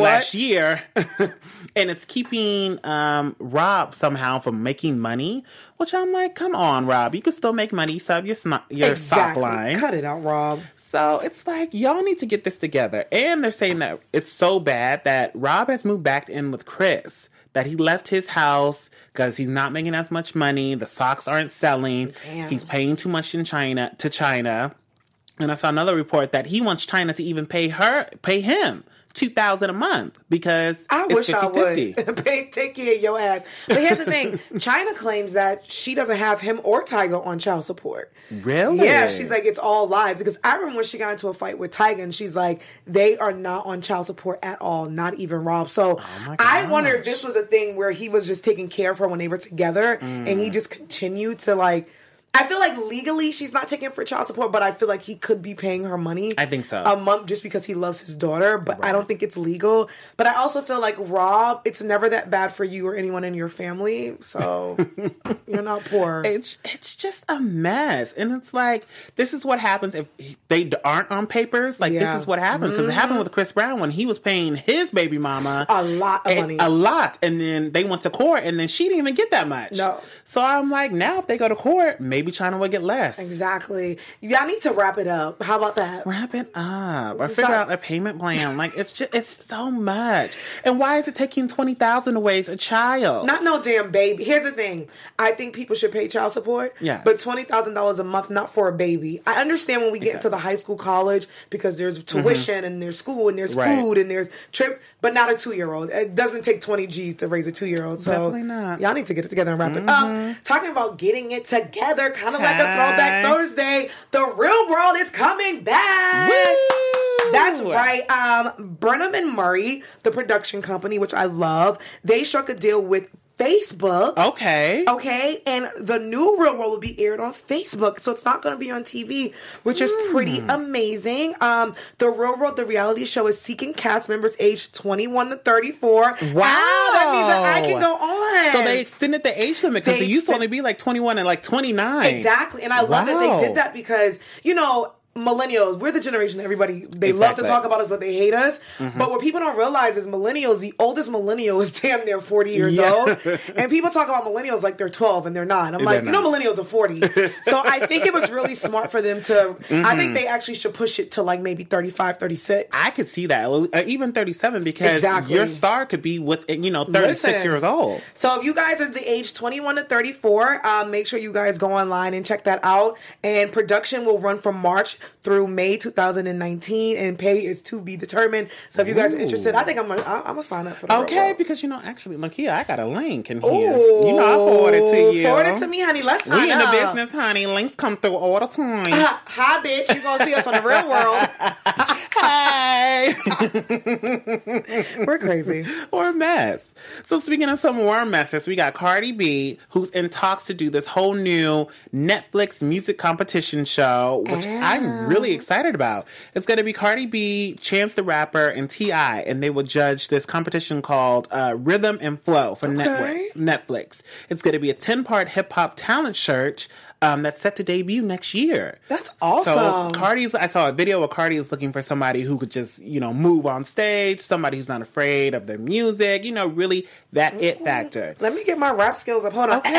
Speaker 2: What?
Speaker 4: last year. and it's keeping um, Rob somehow from making money, which I'm like, come on, Rob, you can still make money. Sub your, sno- your sock line.
Speaker 2: Cut it out, Rob.
Speaker 4: So it's like y'all need to get this together. And they're saying that it's so bad that Rob has moved back in with Chris. That he left his house because he's not making as much money. The socks aren't selling.
Speaker 2: Damn.
Speaker 4: He's paying too much in China to China. And I saw another report that he wants China to even pay her, pay him two thousand a month because
Speaker 2: I
Speaker 4: it's
Speaker 2: wish
Speaker 4: 50-50.
Speaker 2: I would. Pay- Take care of your ass. But here's the thing China claims that she doesn't have him or Tiger on child support.
Speaker 4: Really?
Speaker 2: Yeah, she's like, it's all lies. Because I remember when she got into a fight with Tiger and she's like, they are not on child support at all, not even Rob. So
Speaker 4: Oh
Speaker 2: I wonder if this was a thing where he was just taking care of her when they were together and
Speaker 4: Mm.
Speaker 2: he just continued to like. I feel like legally she's not taking for child support, but I feel like he could be paying her money.
Speaker 4: I think so.
Speaker 2: A month just because he loves his daughter, but I don't think it's legal. But I also feel like Rob, it's never that bad for you or anyone in your family. So you're not poor.
Speaker 4: it's it's just a mess and it's like this is what happens if they d- aren't on papers like
Speaker 2: Yeah. Mm-hmm.
Speaker 4: this is what happens because it happened with chris brown when he was paying his baby mama
Speaker 2: A lot of
Speaker 4: a,
Speaker 2: money.
Speaker 4: a lot and then they went to court and then she didn't even get that much
Speaker 2: No.
Speaker 4: so i'm like now if they go to court maybe china will get less
Speaker 2: Exactly. Y'all need to wrap it up. How about that?
Speaker 4: Wrap it up or figure
Speaker 2: Sorry.
Speaker 4: out a payment plan. Like it's just it's so much. And why is it taking twenty thousand away as a child?
Speaker 2: Not no damn baby. Here's the thing. I think people should pay child support.
Speaker 4: Yes.
Speaker 2: But twenty thousand dollars a month, not for a baby. I understand when we get into the high school college because there's tuition and there's school and there's
Speaker 4: Mm-hmm. Right.
Speaker 2: food and there's trips, but not a two year old. It doesn't take twenty G's to raise a two year old. So
Speaker 4: Definitely not. Mm-hmm.
Speaker 2: y'all need to get it together and wrap it up. Talking about getting it together, kind of like a throwback
Speaker 4: Hi.
Speaker 2: Thursday. The real world is coming back.
Speaker 4: Woo!
Speaker 2: That's right. Um, Brenham and Murray, the production company, which I love, they struck a deal with Facebook.
Speaker 4: Oh. Okay.
Speaker 2: Okay, and the new Real World will be aired on Facebook, so it's not going to be on TV, which is
Speaker 4: Hmm.
Speaker 2: pretty amazing. Um, the Real World, the reality show, is seeking cast members aged 21 to 34. Wow, that means that I can go on.
Speaker 4: So they extended the age limit because
Speaker 2: They
Speaker 4: it used to
Speaker 2: extend-
Speaker 4: only be like 21 and like 29.
Speaker 2: Exactly. And I love that they
Speaker 4: Wow.
Speaker 2: did that because, you know, millennials, we're the generation everybody they love to
Speaker 4: Exactly. Mm-hmm.
Speaker 2: talk about us but they hate us. But what people don't realize is millennials, the oldest millennial is damn near 40 years
Speaker 4: Yeah.
Speaker 2: old. And people talk about millennials like they're 12 and they're not. I'm like,
Speaker 4: They're
Speaker 2: you know
Speaker 4: not.
Speaker 2: millennials are 40. so I think it was really smart for them to I
Speaker 4: Mm-hmm.
Speaker 2: think they actually should push it to like maybe 35, 36.
Speaker 4: I could see that, or even 37, because
Speaker 2: Exactly.
Speaker 4: your star could be with, eh, you know, 36
Speaker 2: Listen.
Speaker 4: years old.
Speaker 2: So if you guys are the age 21 to 34, um, make sure you guys go online and check that out. And production will run from March through May 2019, and pay is to be determined. So if you guys are
Speaker 4: Ooh.
Speaker 2: interested, I think I'm gonna I- I'm gonna sign up for the real
Speaker 4: Okay,
Speaker 2: world.
Speaker 4: because, you know, actually, look here, I got a link in here.
Speaker 2: Ooh,
Speaker 4: You know, I forwarded to you.
Speaker 2: Forward it to me, honey. Let's sign
Speaker 4: We in the
Speaker 2: up. Uh,
Speaker 4: business, honey. Links come through all the time.
Speaker 2: Hi, bitch. You're gonna see us on the real world.
Speaker 4: Hi.
Speaker 2: We're crazy.
Speaker 4: or a mess. So speaking of some warm messes, we got Cardi B, who's in talks to do this whole new Netflix music competition show, which
Speaker 2: Oh.
Speaker 4: I'm really excited about. It's going to be Cardi B, Chance the Rapper, and Ti, and they will judge this competition called uh, Rhythm and Flow for Network, Netflix. It's going to be a ten part hip hop talent search. Um, that's set to debut next year.
Speaker 2: That's awesome.
Speaker 4: So Cardi's I saw a video where Cardi is looking for somebody who could just, you know, move on stage, somebody who's not afraid of their music, you know, really that it factor.
Speaker 2: Let me get my rap skills up. Hold on.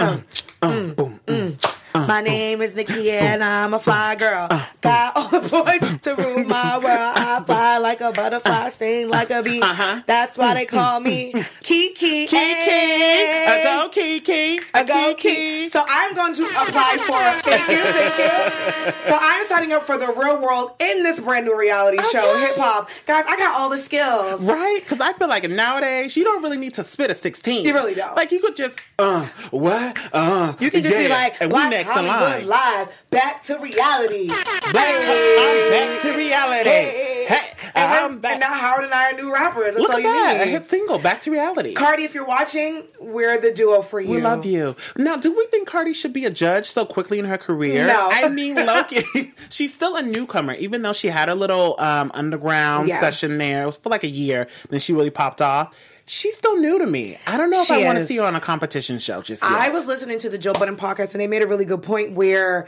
Speaker 4: Um, Mm,
Speaker 2: My name is Nikki and I'm a fly girl. Got all the boys to rule my world. I fly like a a butterfly, sing like a bee.
Speaker 4: Uh-huh.
Speaker 2: That's why they call me Kiki.
Speaker 4: Kiki, a go Kiki, a
Speaker 2: Go
Speaker 4: Kiki.
Speaker 2: Key. So I'm going to apply for thank you, thank you. So I'm signing up for the real world in this brand new reality show, hip hop. Guys, I got all the skills.
Speaker 4: Right? Because I feel like nowadays you don't really need to spit a sixteen.
Speaker 2: You really don't.
Speaker 4: Like you could just uh what uh
Speaker 2: You can just
Speaker 4: yeah,
Speaker 2: be like,
Speaker 4: and we
Speaker 2: watch
Speaker 4: next in
Speaker 2: Hollywood
Speaker 4: line.
Speaker 2: live, back to reality.
Speaker 4: I'm back to reality.
Speaker 2: Hey.
Speaker 4: Hey,
Speaker 2: And,
Speaker 4: I'm
Speaker 2: then-
Speaker 4: back.
Speaker 2: and now Howard and I are new rappers. That's
Speaker 4: Look
Speaker 2: all
Speaker 4: at
Speaker 2: you
Speaker 4: that. A
Speaker 2: need.
Speaker 4: hit single. Back to reality.
Speaker 2: Cardi, if you're watching, we're the duo for you.
Speaker 4: we love you. Now, do we think Cardi should be a judge so quickly in her career?
Speaker 2: No.
Speaker 4: I mean, Loki, she's still a newcomer, even though she had a little um, underground
Speaker 2: Yeah.
Speaker 4: session there. It was for like a year. Then she really popped off. She's still new to me. I don't know if
Speaker 2: She
Speaker 4: I want to
Speaker 2: is.
Speaker 4: see her on a competition show just yet.
Speaker 2: I was listening to the Joe Budden podcast, and they made a really good point where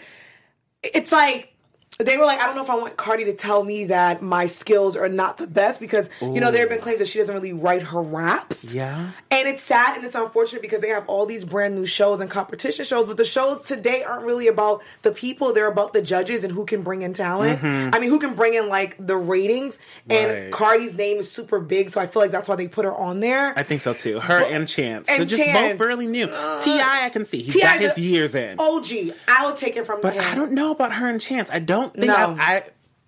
Speaker 2: it's like they were like, I don't know if I want Cardi to tell me that my skills are not the best because you know there have been claims that she doesn't really write her raps.
Speaker 4: Yeah.
Speaker 2: and it's sad and it's unfortunate because they have all these brand new shows and competition shows, but the shows today aren't really about the people; they're about the judges and who can bring in talent. I mean, who can bring in like the ratings? And
Speaker 4: Mm-hmm. Right.
Speaker 2: Cardi's name is super big, so I feel like that's why they put her on there.
Speaker 4: I think so too. Her and Chance.
Speaker 2: and
Speaker 4: They're just
Speaker 2: Chance.
Speaker 4: both really new. T.I. I can see. He's
Speaker 2: T.I. is
Speaker 4: got his
Speaker 2: a- Oh,
Speaker 4: years in.
Speaker 2: OG, I'll take it from
Speaker 4: But
Speaker 2: him.
Speaker 4: I don't know about her and Chance. I don't think
Speaker 2: No.
Speaker 4: I. I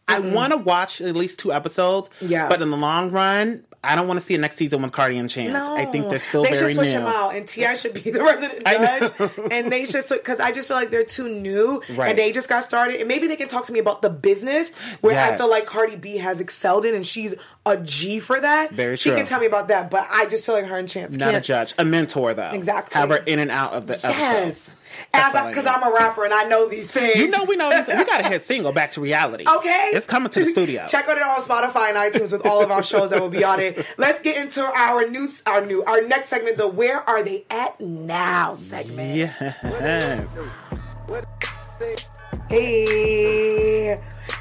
Speaker 4: I want to watch at least two episodes,
Speaker 2: Yeah.
Speaker 4: But in the long run, I don't want to see a next season with Cardi and Chance. I think they're still
Speaker 2: they should
Speaker 4: very
Speaker 2: switch
Speaker 4: new.
Speaker 2: them out, and Ti should be the resident
Speaker 4: I know.
Speaker 2: judge, and they should because I just feel like they're too new,
Speaker 4: Right.
Speaker 2: and they just got started, and maybe they can talk to me about the business where I
Speaker 4: Yes.
Speaker 2: feel like Cardi B has excelled in, and she's a G for that.
Speaker 4: Very
Speaker 2: she can
Speaker 4: true.
Speaker 2: tell me about that, but I just feel like her and Chance
Speaker 4: Not a
Speaker 2: can't.
Speaker 4: judge, a mentor though.
Speaker 2: Exactly.
Speaker 4: Have her in and out of the
Speaker 2: Yes,
Speaker 4: episodes. That's all I
Speaker 2: because
Speaker 4: need.
Speaker 2: I'm a rapper and I know these things.
Speaker 4: You know, we know these- we got a hit single, "Back to Reality."
Speaker 2: Okay.
Speaker 4: it's coming to the studio.
Speaker 2: Check out it on Spotify and iTunes with all of our shows that will be on it. Let's get into our new, our new, our next segment, the "Where Are They At Now" segment.
Speaker 4: Yes.
Speaker 2: Hey.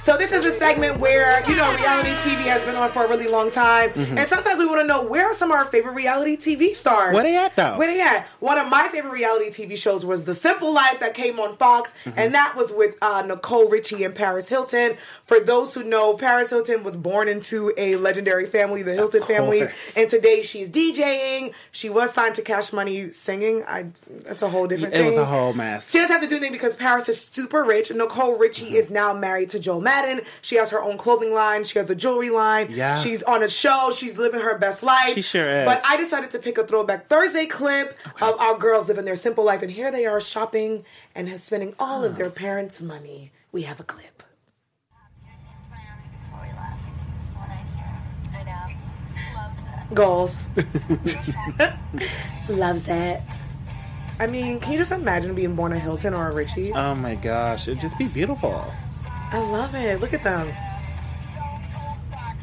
Speaker 2: So this is a segment where you know reality TV has been on for a really long time,
Speaker 4: Mm-hmm.
Speaker 2: and sometimes we want to know where are some of our favorite reality TV stars.
Speaker 4: Where they at, though?
Speaker 2: Where they at? One of my favorite reality TV shows was The Simple Life that came on Fox,
Speaker 4: Mm-hmm.
Speaker 2: and that was with uh, Nicole Richie and Paris Hilton. For those who know, Paris Hilton was born into a legendary family, the Hilton family,
Speaker 4: course.
Speaker 2: and today she's DJing. She was signed to Cash Money singing. I that's a whole different
Speaker 4: It
Speaker 2: thing.
Speaker 4: was a whole mess.
Speaker 2: She doesn't have to do anything because Paris is super rich. Nicole Richie is
Speaker 4: Mm-hmm.
Speaker 2: now married to Joe Madden. She has her own clothing line. She has a jewelry line.
Speaker 4: Yeah.
Speaker 2: She's on a show. She's living her best life.
Speaker 4: She sure is.
Speaker 2: But I decided to pick a throwback Thursday clip of our girls living their simple life. And here they are shopping and spending all
Speaker 4: Oh.
Speaker 2: of their parents' money. We have a clip. Goals. Loves that. I mean, can you just imagine being born a Hilton or a Richie?
Speaker 4: oh my gosh, it'd just be beautiful.
Speaker 2: I love it. Look at them.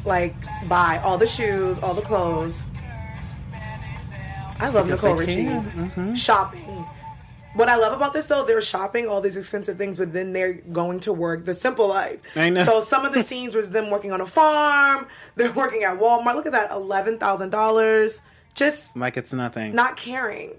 Speaker 2: Like, buy all the shoes, all the clothes. I love Nicole
Speaker 4: they
Speaker 2: Richie.
Speaker 4: can. Mm-hmm.
Speaker 2: Shopping. What I love about this though, they're shopping all these expensive things, but then they're going to work the simple life.
Speaker 4: I know.
Speaker 2: So some of the scenes was them working on a farm. They're working at Walmart. Look at that, eleven thousand dollars. Just
Speaker 4: Like it's nothing.
Speaker 2: not caring,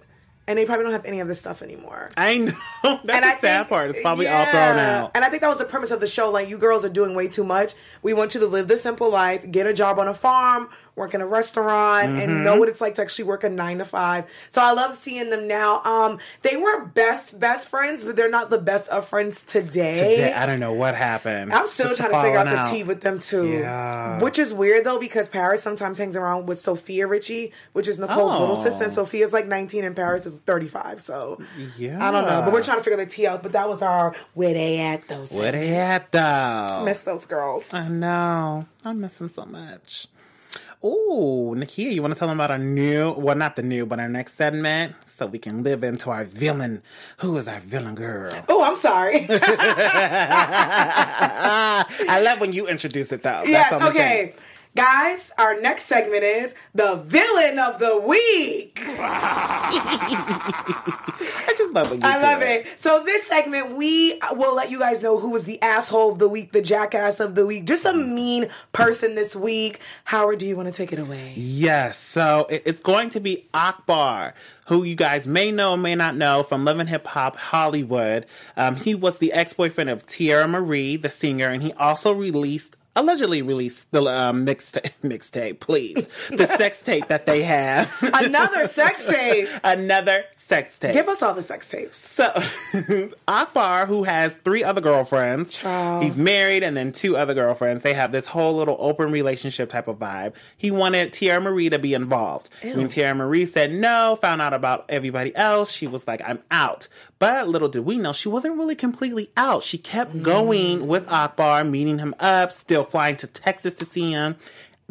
Speaker 2: and they probably don't have any of this stuff anymore
Speaker 4: I know. That's the
Speaker 2: I
Speaker 4: sad
Speaker 2: think-
Speaker 4: part. It's probably all
Speaker 2: yeah.
Speaker 4: thrown out.
Speaker 2: And I think that was the premise of the show. Like, you girls are doing way too much. We want you to live the simple life, get a job on a farm, work in a restaurant,
Speaker 4: Mm-hmm.
Speaker 2: and know what it's like to actually work a nine to five. So I love seeing them now. Um, they were best best friends, but they're not the best of friends today.
Speaker 4: Today, I don't know what happened.
Speaker 2: I'm still
Speaker 4: Just
Speaker 2: trying to figure out
Speaker 4: falling
Speaker 2: the tea with them too,
Speaker 4: Yeah.
Speaker 2: which is weird though because Paris sometimes hangs around with Sophia Richie, which is Nicole's
Speaker 4: Oh.
Speaker 2: little sister. And Sophia's like 19 and Paris is 35, so
Speaker 4: Yeah.
Speaker 2: I don't know. But we're trying to figure the tea out. But that was our where they at those.
Speaker 4: Where they at though?
Speaker 2: miss those girls.
Speaker 4: I know. I'm missing so much. Ooh, Nakia, you want to tell them about our new, well, not the new, but our next segment so we can live into our villain. Who is our villain girl?
Speaker 2: Oh, I'm sorry.
Speaker 4: I love when you introduce it though. That's
Speaker 2: yes,
Speaker 4: the only
Speaker 2: okay.
Speaker 4: thing.
Speaker 2: Guys, our next segment is the villain of the week.
Speaker 4: I just love when you
Speaker 2: I
Speaker 4: do
Speaker 2: love it. So this segment, we will let you guys know who was the asshole of the week, the jackass of the week, just a mean person this week. Howard, do you want to take it away?
Speaker 4: Yes, so it- it's going to be Akbar, who you guys may know or may not know from Love and Hip Hop Hollywood. Um, he was the ex boyfriend of Tierra Marie, the singer, and he also released allegedly released the um, mixtape, mixtape, please. the sex tape that they have.
Speaker 2: Another sex tape.
Speaker 4: Another sex tape.
Speaker 2: Give us all the sex tapes.
Speaker 4: So, Akbar, who has three other girlfriends, he's married and then two other girlfriends. They have this whole little open relationship type of vibe. He wanted Tiara Marie to be involved. When Tiara Marie said no, found out about everybody else, she was like, I'm out. But little did we know, she wasn't really completely out. She kept going with Akbar, meeting him up, still flying to Texas to see him,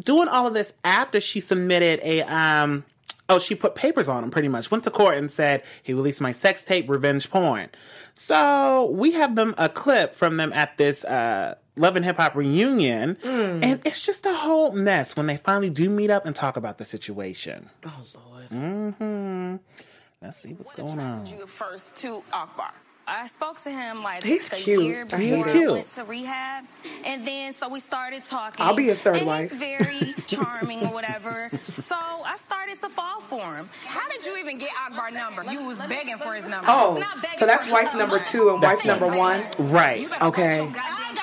Speaker 4: doing all of this after she submitted a, um, Oh, she put papers on him pretty much. Went to court and said he released my sex tape, revenge porn. So we have them a clip from them at this uh, Love and Hip Hop reunion, and it's just a whole mess when they finally do meet up and talk about the situation. Oh Lord. Mm-hmm. Let's see what's going on.
Speaker 9: you first to Akbar?
Speaker 6: I spoke to him like
Speaker 2: He's
Speaker 6: a
Speaker 2: cute.
Speaker 6: year
Speaker 2: I
Speaker 6: before
Speaker 2: hate
Speaker 6: I
Speaker 4: him.
Speaker 6: went to rehab, and then so we started talking.
Speaker 2: I'll be his third
Speaker 6: and
Speaker 2: wife.
Speaker 6: He's very charming or whatever. So I started to fall for him.
Speaker 9: How did you even get Akbar's number? You was begging for his number.
Speaker 2: Oh,
Speaker 6: not begging
Speaker 2: so that's
Speaker 6: for
Speaker 2: wife
Speaker 6: him.
Speaker 2: number two and wife number one.
Speaker 4: Right.
Speaker 2: Okay.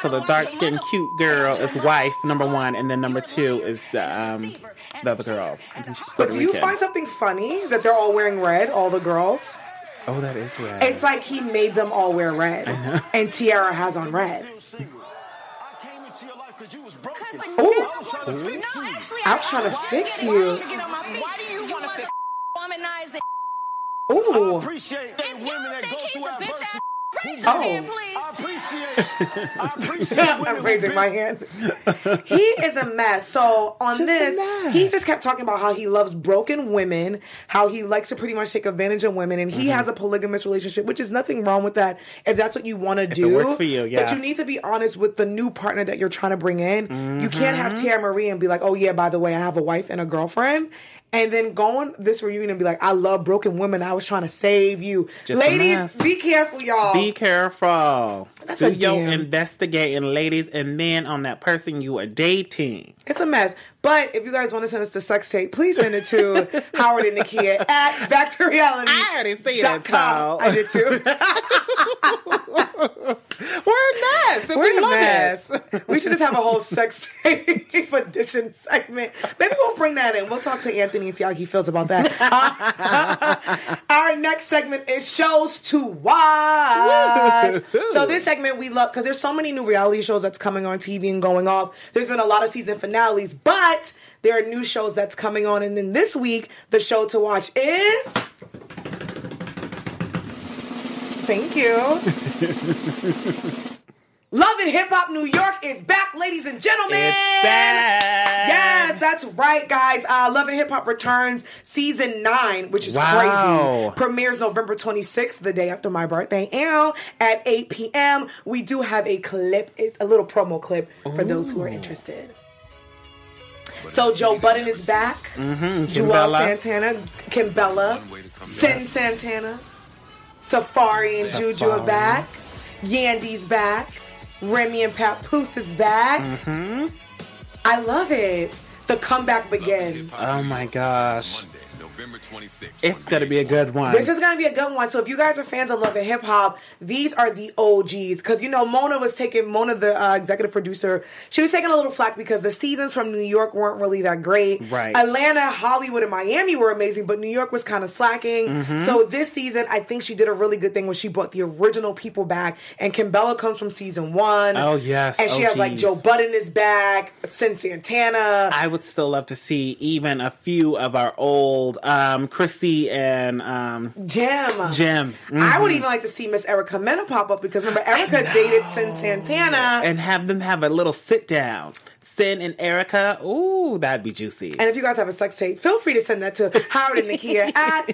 Speaker 4: So the dark skinned cute girl is wife number one, and then number two is the um the other girl.
Speaker 2: But do you find something funny that they're all wearing red, all the girls?
Speaker 4: Oh, that is right.
Speaker 2: It's like he made them all wear red. And Tiara has on red. Ooh. I'm trying to fix you.
Speaker 9: Why do you want to fix
Speaker 6: Womanizing.
Speaker 2: Ooh.
Speaker 5: Appreciate that
Speaker 6: If y'all think he's a bitch ass, raise your
Speaker 2: Oh.
Speaker 6: hand, please.
Speaker 5: appreciate. I appreciate.
Speaker 2: I'm raising my hand. He is a mess. So on this, he just kept talking about how he loves broken women, how he likes to pretty much take advantage of women, and he
Speaker 4: Mm-hmm.
Speaker 2: has a polygamous relationship, which is nothing wrong with that if that's what you want to do.
Speaker 4: works for you, yeah.
Speaker 2: But you need to be honest with the new partner that you're trying to bring in. You can't
Speaker 4: Mm-hmm.
Speaker 2: have Tara Marie and be like, oh yeah, by the way, I have a wife and a girlfriend. And then go on this reunion and be like, I love broken women. I was trying to save you.
Speaker 4: Just a
Speaker 2: Ladies,
Speaker 4: mess.
Speaker 2: be careful, y'all.
Speaker 4: Be careful.
Speaker 2: That's
Speaker 4: Do
Speaker 2: a
Speaker 4: your
Speaker 2: damn-
Speaker 4: investigating, ladies and men, on that person you are dating.
Speaker 2: It's a mess. But if you guys want to send us the sex tape, please send it to Howard and Nikia at Back to Reality.
Speaker 4: I already see
Speaker 2: dot
Speaker 4: it,
Speaker 2: com.
Speaker 4: Paul.
Speaker 2: I did too.
Speaker 4: We're a mess.
Speaker 2: We're
Speaker 4: we
Speaker 2: a
Speaker 4: love
Speaker 2: mess.
Speaker 4: It.
Speaker 2: We should just have a whole sex tape edition segment. Maybe we'll bring that in. We'll talk to Anthony and see how he feels about that. Our next segment is shows to watch. so this segment we love because there's so many new reality shows that's coming on TV and going off. There's been a lot of season finales, but there are new shows that's coming on. And then this week, the show to watch is. Thank you. Love and Hip Hop New York is back, ladies and gentlemen.
Speaker 4: It's bad.
Speaker 2: Yes, that's right, guys. Uh, Love and Hip Hop returns season nine, which is crazy.
Speaker 4: Wow.
Speaker 2: Premieres November 26th, the day after my birthday, and at 8 p.m. We do have a clip, a little promo clip for those who are interested. So Joe Budden is back. Mm-hmm. Joel
Speaker 4: Kimbella.
Speaker 2: Santana, Kimbella, Sin Santana, Safari and Juju are
Speaker 4: Safari.
Speaker 2: back. Yandy's back. Remy and Papoose is back. I love it. The comeback begins.
Speaker 4: Oh my gosh.
Speaker 5: November 26th.
Speaker 4: It's going to be a good one.
Speaker 2: This is gonna be a good one. So if you guys are fans of Love and Hip Hop, these are the OGs. Cause you know Mona was taking Mona, the uh, executive producer, she was taking a little flack because the seasons from New York weren't really that great.
Speaker 4: Right.
Speaker 2: Atlanta, Hollywood, and Miami were amazing, but New York was kind of slacking.
Speaker 4: Mm-hmm.
Speaker 2: So this season, I think she did a really good thing when she brought the original people back. And Kimbella comes from season one.
Speaker 4: Oh, yes.
Speaker 2: And she has like
Speaker 4: OGs.
Speaker 2: Joe Budden is back, Sin Santana.
Speaker 4: I would still love to see even a few of our old um, Chrissy and um,
Speaker 2: Jim.
Speaker 4: Jim.
Speaker 2: I
Speaker 4: Mhm.
Speaker 2: would even like to see Miss Erica Mena pop up because remember Erica dated Sin Santana. And,
Speaker 4: and have them have a little sit down. Sin and Erica. Ooh, that'd be juicy.
Speaker 2: if you guys have a sex tape, feel free to send that to Howard and Nakia at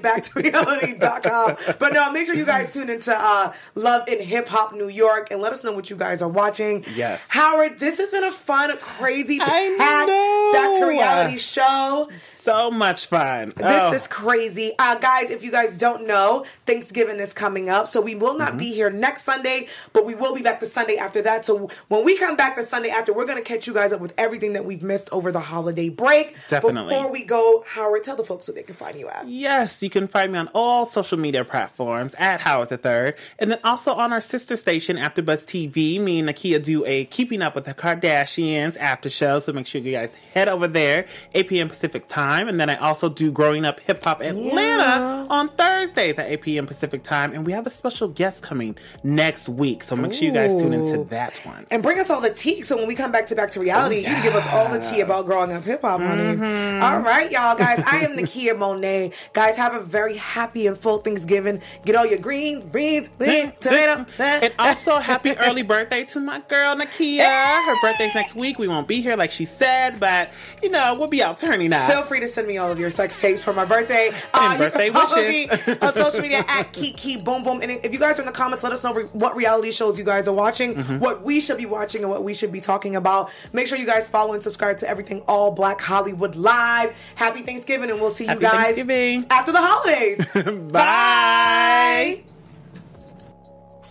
Speaker 2: backtoreality.com. But no, make sure you guys tune into uh, Love in Hip Hop New York and let us know what you guys are watching.
Speaker 4: Yes.
Speaker 2: Howard, this has been a fun, crazy,
Speaker 4: I
Speaker 2: packed
Speaker 4: know.
Speaker 2: Back to Reality show.
Speaker 4: so much fun.
Speaker 2: This
Speaker 4: Oh.
Speaker 2: is crazy. Uh, guys, if you guys don't know, Thanksgiving is coming up. So we will not
Speaker 4: Mm-hmm.
Speaker 2: be here next Sunday, but we will be back the Sunday after that. So when we come back the Sunday after, we're going to catch you guys up with with everything that we've missed over the holiday break.
Speaker 4: Definitely.
Speaker 2: Before we go, Howard, tell the folks where they can find you at.
Speaker 4: Yes, you can find me on all social media platforms at Howard the Third, and then also on our sister station, AfterBuzz TV. Me and Nakia do a Keeping Up with the Kardashians after show, so make sure you guys head over there, 8 p.m. Pacific time. And then I also do Growing Up Hip Hop Atlanta
Speaker 2: Yeah.
Speaker 4: on Thursdays at 8 p.m. Pacific time, and we have a special guest coming next week, so make sure you guys tune into
Speaker 2: Ooh.
Speaker 4: that one.
Speaker 2: And bring us all the tea. So when we come back to Back to Reality, you can give us all the tea about growing up hip hop, honey.
Speaker 4: Mm-hmm.
Speaker 2: All right, y'all guys. I am Nakia Monet. Guys, have a very happy and full Thanksgiving. Get all your greens, beans, bean, tomato.
Speaker 4: and also happy early birthday to my girl Nakia. Her birthday's next week. We won't be here like she said, but you know, we'll be out turning up.
Speaker 2: Feel free to send me all of your sex tapes for my birthday. Uh,
Speaker 4: birthday
Speaker 2: you can follow
Speaker 4: wishes.
Speaker 2: me on social media at Kiki Boom Boom. And if you guys are in the comments, let us know re- what reality shows you guys are watching,
Speaker 4: Mm-hmm.
Speaker 2: what we should be watching, and what we should be talking about. Make sure you guys follow and subscribe to everything All Black Hollywood Live. Happy Thanksgiving, and we'll see
Speaker 4: Happy
Speaker 2: you guys
Speaker 4: Thanksgiving.
Speaker 2: after the holidays. Bye.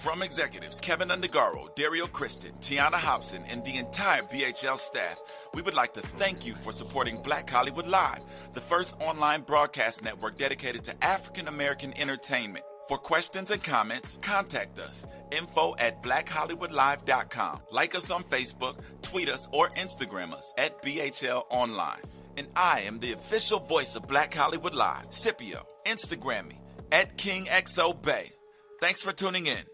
Speaker 10: From executives Kevin Undergaro, Dario Kristen, Tiana Hobson, and the entire BHL staff, we would like to thank you for supporting Black Hollywood Live, the first online broadcast network dedicated to African American entertainment. For questions and comments, contact us. Info at blackhollywoodlive.com. Like us on Facebook, tweet us, or Instagram us at BHL Online. And I am the official voice of Black Hollywood Live, Scipio. Instagram me at KingXO Bay. Thanks for tuning in.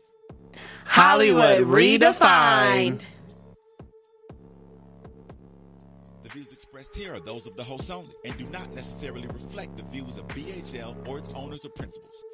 Speaker 4: Hollywood redefined.
Speaker 10: The views expressed here are those of the host only and do not necessarily reflect the views of BHL or its owners or principals.